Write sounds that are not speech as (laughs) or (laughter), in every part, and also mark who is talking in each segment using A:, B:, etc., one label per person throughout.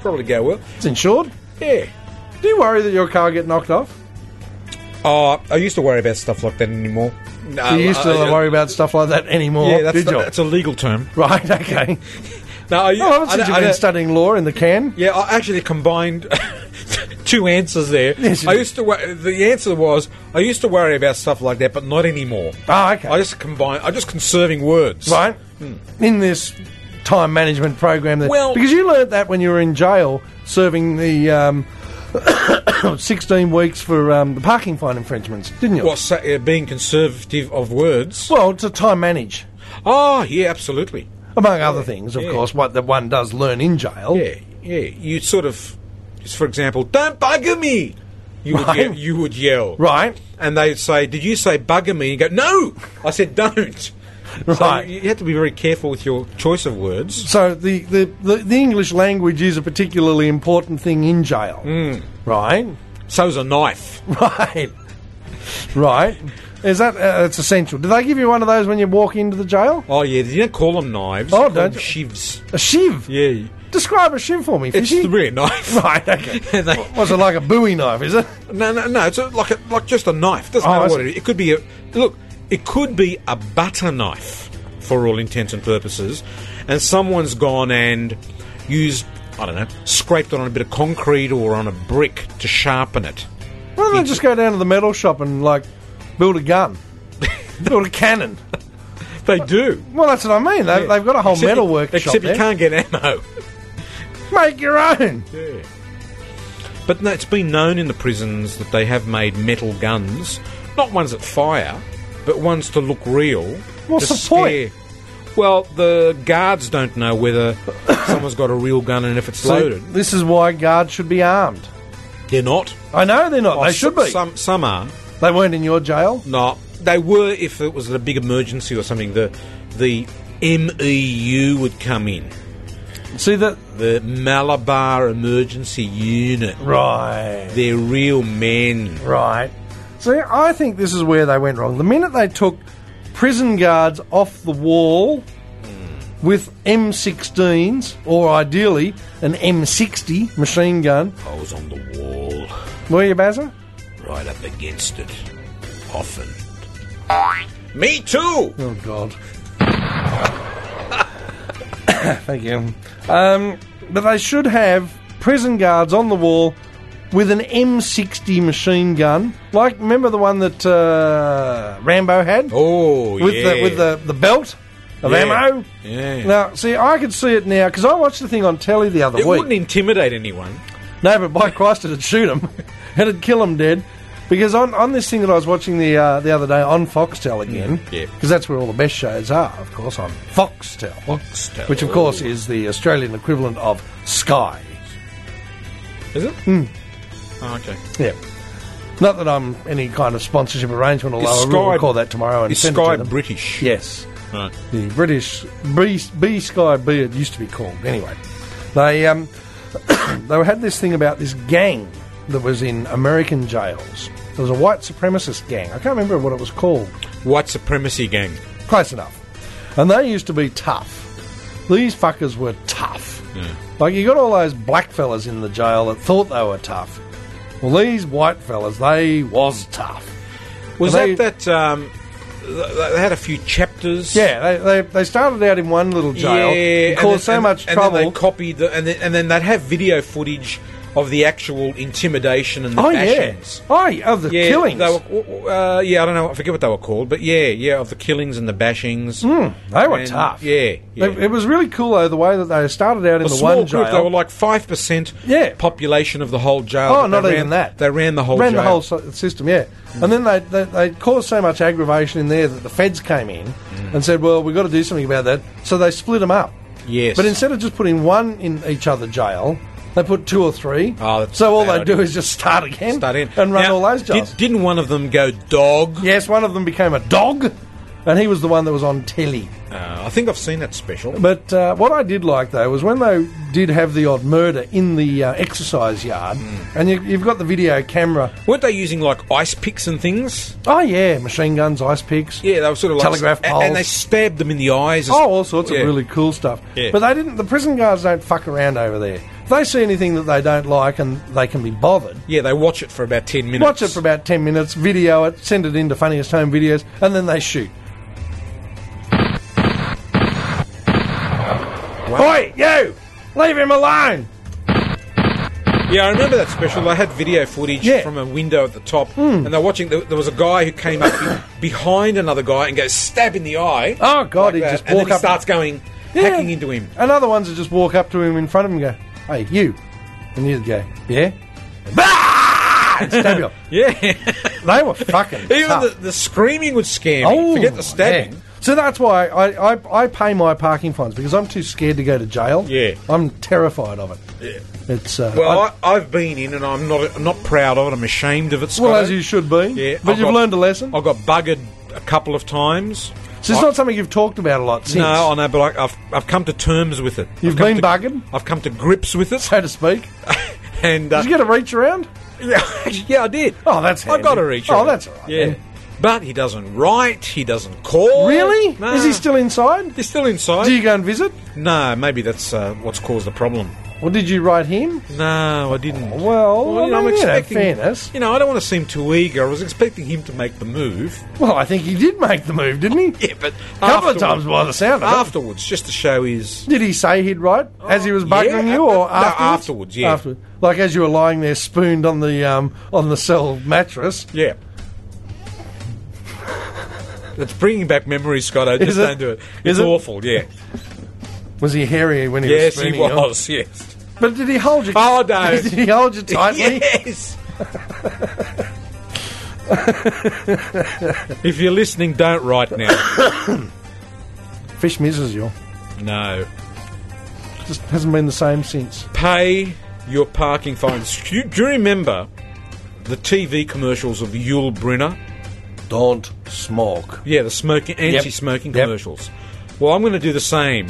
A: Probably go well.
B: It's insured.
A: Yeah.
B: Do you worry that your car get knocked off?
A: Oh, I used to worry about stuff like that anymore. No,
B: Do you used to
A: I-
B: worry about stuff like that anymore?
A: uh, Yeah, that's,
B: did you?
A: that's a legal term.
B: right. Okay.
A: No, I,
B: Oh, well, since
A: I-
B: you've
A: I-
B: been studying law in the can,
A: Yeah, I actually combined (laughs) two answers there.
B: Yes, you
A: I
B: did.
A: used to. Wor- the answer was I used to worry about stuff like that, but not anymore.
B: Ah, okay.
A: I just combine. I'm just conserving words.
B: right? In this time management program, that,
A: Well-
B: because you learnt that when you were in jail serving the um, (coughs) sixteen weeks for um, the parking fine infringements, didn't you?
A: Well, so, uh, being conservative of words.
B: Well, to time manage,
A: Oh, yeah, absolutely.
B: among other things, of
A: yeah.
B: course, what that one does learn in jail.
A: Yeah, yeah. You sort of, just for example, don't bugger me. You would,
B: Right.
A: ye- you would yell.
B: Right.
A: And they'd say, Did you say bugger me? And go, No! I said, Don't! So
B: Right.
A: you you have to be very careful with your choice of words.
B: So the, the, the, the English language is a particularly important thing in jail.
A: Hmm.
B: Right? (laughs)
A: So's a knife.
B: Right. Right. Is that uh, it's essential? Do they give you one of those when you walk into the jail?
A: Oh, yeah, you don't call them knives.
B: Oh,
A: you call
B: don't
A: them
B: you?
A: shivs.
B: A shiv.
A: Yeah.
B: Describe a shiv for me,
A: It's
B: Fishy.
A: really a knife.
B: (laughs) Right, okay.
A: And (laughs) they-
B: What's it like a Bowie knife, is it?
A: no, no, no. It's a, like, a, like just a knife. Doesn't
B: Oh, I
A: matter what
B: see.
A: it is. It could be a. Look, it could be a butter knife for all intents and purposes. And someone's gone and used, I don't know, scraped it on a bit of concrete or on a brick to sharpen it.
B: Why don't they just go down to the metal shop and, like, build
A: (laughs)
B: a gun? build a cannon.
A: They do.
B: Well, that's what I mean. They've, they've got a whole
A: Except
B: metal
A: you-
B: workshop
A: Except
B: there.
A: you can't get ammo.
B: Make your own.
A: But no, it's been known in the prisons that they have made metal guns, not ones that fire, but ones to look real.
B: What's
A: to
B: the point?
A: scare- Well, the guards don't know whether (coughs) someone's got a real gun and if it's
B: So
A: loaded.
B: this is why guards should be armed.
A: They're not.
B: I know they're not.
A: Oh,
B: they
A: s-
B: should be.
A: Some, some are.
B: They weren't in your jail.
A: No, they were if it was a big emergency or something. The the MEU would come in,
B: See that?
A: the Malabar Emergency Unit.
B: Right,
A: They're real men.
B: right. See, I think this is where they went wrong. The minute they took prison guards off the wall with M16s, or ideally an M60 machine gun,
A: I was on the wall,
B: were you, Bazza?
A: right up against it, often. Me too.
B: Oh God. (coughs) Thank you. Um, but they should have prison guards on the wall with an M60 machine gun. Like, remember the one that uh, Rambo had
A: Oh
B: with
A: yeah,
B: the with the, the belt of
A: Yeah.
B: ammo.
A: Yeah.
B: Now, see, I could see it now because I watched the thing on telly the other
A: it
B: week.
A: wouldn't intimidate anyone.
B: No, but by Christ, it'd shoot him. (laughs) it'd kill him dead. Because on, on this thing that I was watching the uh, the other day on Foxtel again,
A: Mm, yeah.
B: because that's where all the best shows are, of course, on Foxtel,
A: Foxtel.
B: which of course is the Australian equivalent of Sky.
A: Is it?
B: Hmm.
A: Oh, okay.
B: Yeah, not that I'm any kind of sponsorship arrangement, although I will
A: Sky-
B: recall that tomorrow and
A: Is
B: send it
A: Sky
B: to them.
A: British?
B: Yes,
A: Right.
B: the British B, B Sky B it used to be called. Anyway, they um, (coughs) they had this thing about this gang that was in American jails. It was a white supremacist gang. I can't remember what it was called.
A: White supremacy gang.
B: Close enough. And they used to be tough. These fuckers were tough. Like you got all those black fellas in the jail that thought they were tough. Well, these white fellas, they was tough.
A: Was
B: They-
A: that that? Um, th- they had a few chapters.
B: Yeah, they, they, they started out in one little jail,
A: Yeah,
B: and caused
A: then-
B: so
A: and-
B: much
A: and
B: trouble.
A: Then they copied, the, and, then, and then they'd have video footage of the actual intimidation and the
B: Oh yeah.
A: bashings.
B: Oh, yeah, of the
A: Yeah,
B: killings.
A: They were, w- w- uh, yeah, I don't know. I forget what they were called, but yeah, yeah, of the killings and the bashings.
B: Hmm, They were
A: And-
B: tough.
A: Yeah, yeah.
B: They- it was really cool though the way that they started out in
A: a
B: the
A: small
B: one
A: group.
B: jail.
A: They were like five percent
B: Yeah.
A: population of the whole jail.
B: oh,
A: but
B: not
A: they
B: even
A: ran-
B: that.
A: They ran the whole
B: ran
A: jail.
B: the whole so- system. Yeah, and then they, they they caused so much aggravation in there that the feds came in
A: Mm.
B: and said, "Well, we've got to do something about that." So they split them up.
A: Yes.
B: But instead of just putting one in each other jail, they put two or three.
A: Oh, that's
B: so all
A: a bad
B: they do
A: idea.
B: is just start again,
A: Start in.
B: and run
A: Now,
B: all those jails.
A: Did, didn't one of them go dog?
B: yes, one of them became a dog, and he was the one that was on telly.
A: Uh, I think I've seen that special.
B: But uh, what I did like though was when they did have the odd murder in the uh, exercise yard,
A: Hmm.
B: and you, you've got the video camera.
A: Weren't they using like ice picks and things?
B: Oh yeah, machine guns, ice picks.
A: Yeah, they were sort of like
B: Telegraph
A: a-
B: poles.
A: and they stabbed them in the eyes.
B: Oh, all sorts
A: Yeah.
B: of really cool stuff.
A: Yeah.
B: But they didn't. The prison guards don't fuck around over there. If they see anything that they don't like and they can be bothered,
A: Yeah, they watch it for about 10 minutes.
B: watch it for about 10 minutes, video it, send it into Funniest Home Videos, and then they shoot. Oi, you! Leave him alone!
A: Yeah, I remember that special. They had video footage
B: Yeah. Hmm.
A: from a window at the top, and they're watching. There, there was a guy who came up be-
B: (coughs)
A: behind another guy and goes stab in the eye.
B: Oh,
A: like
B: God, he'd
A: that,
B: just
A: and then
B: walk
A: he
B: up-
A: starts going
B: Yeah.
A: hacking into him.
B: And other ones would just walk up to him in front of him and go, hey, you. And you'd go, yeah? Bah! And
A: (laughs)
B: stab you.
A: Yeah,
B: They were fucking
A: even
B: tough. Oh,
A: the, the screaming would scare me. Forget the stabbing.
B: yeah. So that's why I, I, I pay my parking fines because I'm too scared to go to jail.
A: Yeah.
B: I'm terrified of it. Yeah. It's uh,
A: Well,
B: I-
A: I, I've been in, and I'm not I'm not proud of it. I'm ashamed of it. Scotty.
B: well as you should be.
A: Yeah,
B: but
A: I've
B: you've
A: got-
B: learned a lesson.
A: I got buggered a couple of times.
B: so it's not something you've talked about a lot since,
A: No, I know, but I, I've I've come to terms with it.
B: You've
A: I've come
B: been
A: to-
B: buggered?
A: I've come to grips with
B: (laughs)
A: it, (laughs)
B: so to speak.
A: and uh,
B: Did you get a reach around?
A: Yeah, (laughs) yeah, I did.
B: Oh, that's
A: I got
B: handy.
A: to reach.
B: Oh,
A: out.
B: that's all right,
A: Yeah,
B: then.
A: but he doesn't write. He doesn't call.
B: Really?
A: Oh, No.
B: Is he still inside?
A: He's still inside.
B: Do you go and visit?
A: no, maybe that's uh, what's caused the problem.
B: Or did you write him?
A: No, I didn't.
B: Oh, Well, I mean, you know, fairness.
A: You know, I don't want to seem too eager. I was expecting him to make the move. (laughs)
B: Well, I think he did make the move, didn't he?
A: Yeah, but
B: A couple of times by the sound of it.
A: afterwards, just to show his.
B: Did he say he'd write as he was
A: yeah,
B: buggering
A: uh,
B: you, or
A: no,
B: afterwards?
A: afterwards, yeah.
B: Afterward. like as you were lying there spooned on the um, on the cell mattress.
A: Yeah. It's bringing back memories, Scott. I just
B: it?
A: don't do it. It's
B: Is it?
A: awful. Yeah.
B: Was he hairy when he
A: Yes,
B: was
A: he
B: spooning you?
A: was. (laughs) Yes.
B: But did he hold you? (laughs)
A: Oh, no.
B: did he hold
A: (laughs)
B: you (laughs) tightly?
A: Yes. if you're listening, don't write now.
B: Fish misses you.
A: No.
B: Just hasn't been the same since.
A: Pay your parking fines. Do you, do you remember the TV commercials of Yul Brynner?
B: Don't smoke.
A: Yeah, the smoking anti-smoking
B: Yep.
A: commercials. Well, I'm going to do the same,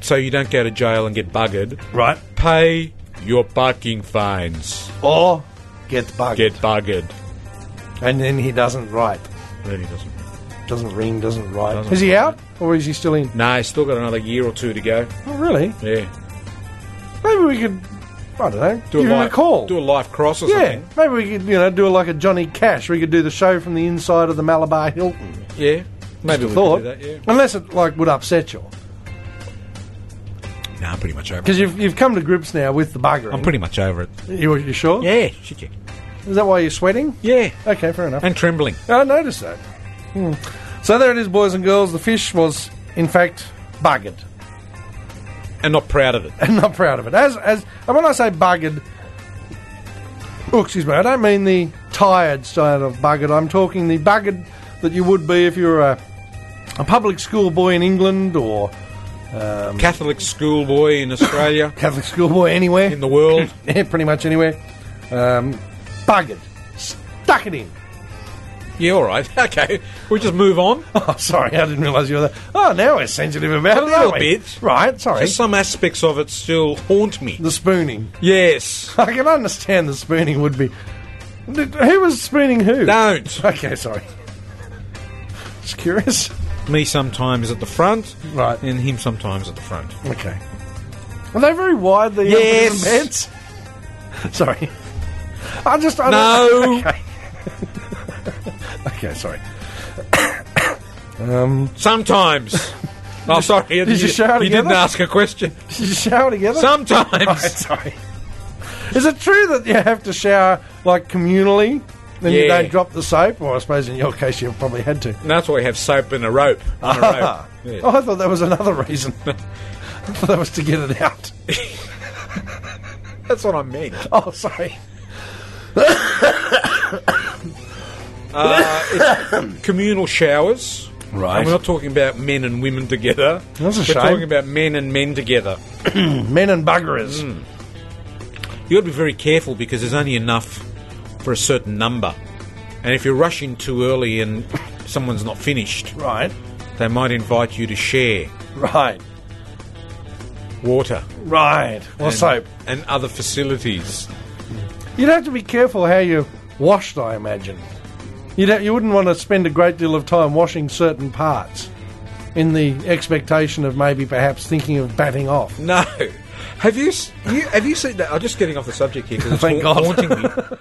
A: so you don't go to jail and get buggered.
B: Right.
A: Pay your parking fines.
B: Or get bugged.
A: Get buggered.
B: And then he doesn't write.
A: Then he doesn't.
B: Doesn't ring, doesn't write.
A: Doesn't
B: is he out or is he still in?
A: No, he's still got another year or two to go.
B: Oh, really?
A: Yeah.
B: Maybe we could, I don't know,
A: Do
B: give
A: a
B: him
A: life
B: a call.
A: Do a life cross or
B: Yeah,
A: something.
B: maybe we could, you know, do like a Johnny Cash. We could do the show from the inside of the Malabar Hilton.
A: Yeah. Maybe we
B: Thought,
A: could do that. Yeah.
B: unless it like would upset you,
A: No, I'm pretty much over.
B: because you've, you've come to grips now with the bugger.
A: I'm pretty much over it.
B: You, you sure?
A: Yeah, shit, yeah.
B: Is that why you're sweating?
A: Yeah,
B: Okay, fair enough.
A: and trembling.
B: I noticed that. Hmm. So there it is, boys and girls. The fish was, in fact, buggered,
A: And not proud of it.
B: and (laughs) not proud of it. As as and when I say buggered, oh, excuse me, I don't mean the tired side of buggered. I'm talking the buggered that you would be if you were a, a public school boy in England or
A: Catholic schoolboy in Australia,
B: Catholic schoolboy anywhere, (laughs)
A: in the world.
B: yeah, pretty much anywhere. Um, buggered, stuck it in. (laughs)
A: Yeah, all right. (laughs) Okay, we just move on.
B: Oh, sorry, I didn't realise you were there. Oh, now we're sensitive
A: A
B: about it, aren't
A: little
B: we?
A: bit.
B: Right, sorry.
A: There's some aspects of it still haunt me.
B: the spooning. (laughs)
A: Yes.
B: I can understand the spooning would be. Did- Who was spooning who?
A: Don't.
B: Okay, sorry. Just curious.
A: Me sometimes at the front,
B: Right.
A: and him sometimes at the front.
B: Okay. Are they very wide? The
A: Yes.
B: beds. (laughs) Sorry. I just I don't-
A: No.
B: Okay, sorry.
A: Sometimes. Oh, sorry.
B: you shout
A: You didn't
B: together?
A: ask a question.
B: Did you shower together? (laughs) Right,
A: Sometimes.
B: sorry. Is it true that you have to shower like communally? Then you
A: Yeah.
B: don't drop the soap, or I suppose in your case you probably had to.
A: And that's why we have soap and a rope.
B: (laughs)
A: On a rope.
B: Ah.
A: Yeah.
B: Oh, I thought that was another reason. (laughs) I thought that was to get it out. (laughs)
A: That's what I meant.
B: Oh, sorry.
A: Uh,
B: (coughs)
A: communal showers.
B: Right.
A: And we're not talking about men and women together.
B: That's a
A: we're
B: shame.
A: talking about men and men together.
B: Men and buggerers.
A: Mm. You got to be very careful because there's only enough for a certain number. And if you rush in too early and someone's not finished,
B: Right,
A: they might invite you to share
B: right,
A: water
B: right. Or
A: and,
B: soap.
A: and other facilities.
B: You'd have to be careful how you washed, I imagine. You'd ha- you wouldn't want to spend a great deal of time washing certain parts in the expectation of maybe perhaps thinking of batting off.
A: No. Have you, s- you have you seen that? I'm just getting off the subject here because it's
B: Thank (laughs)
A: ha-
B: God. (laughs)
A: haunting me.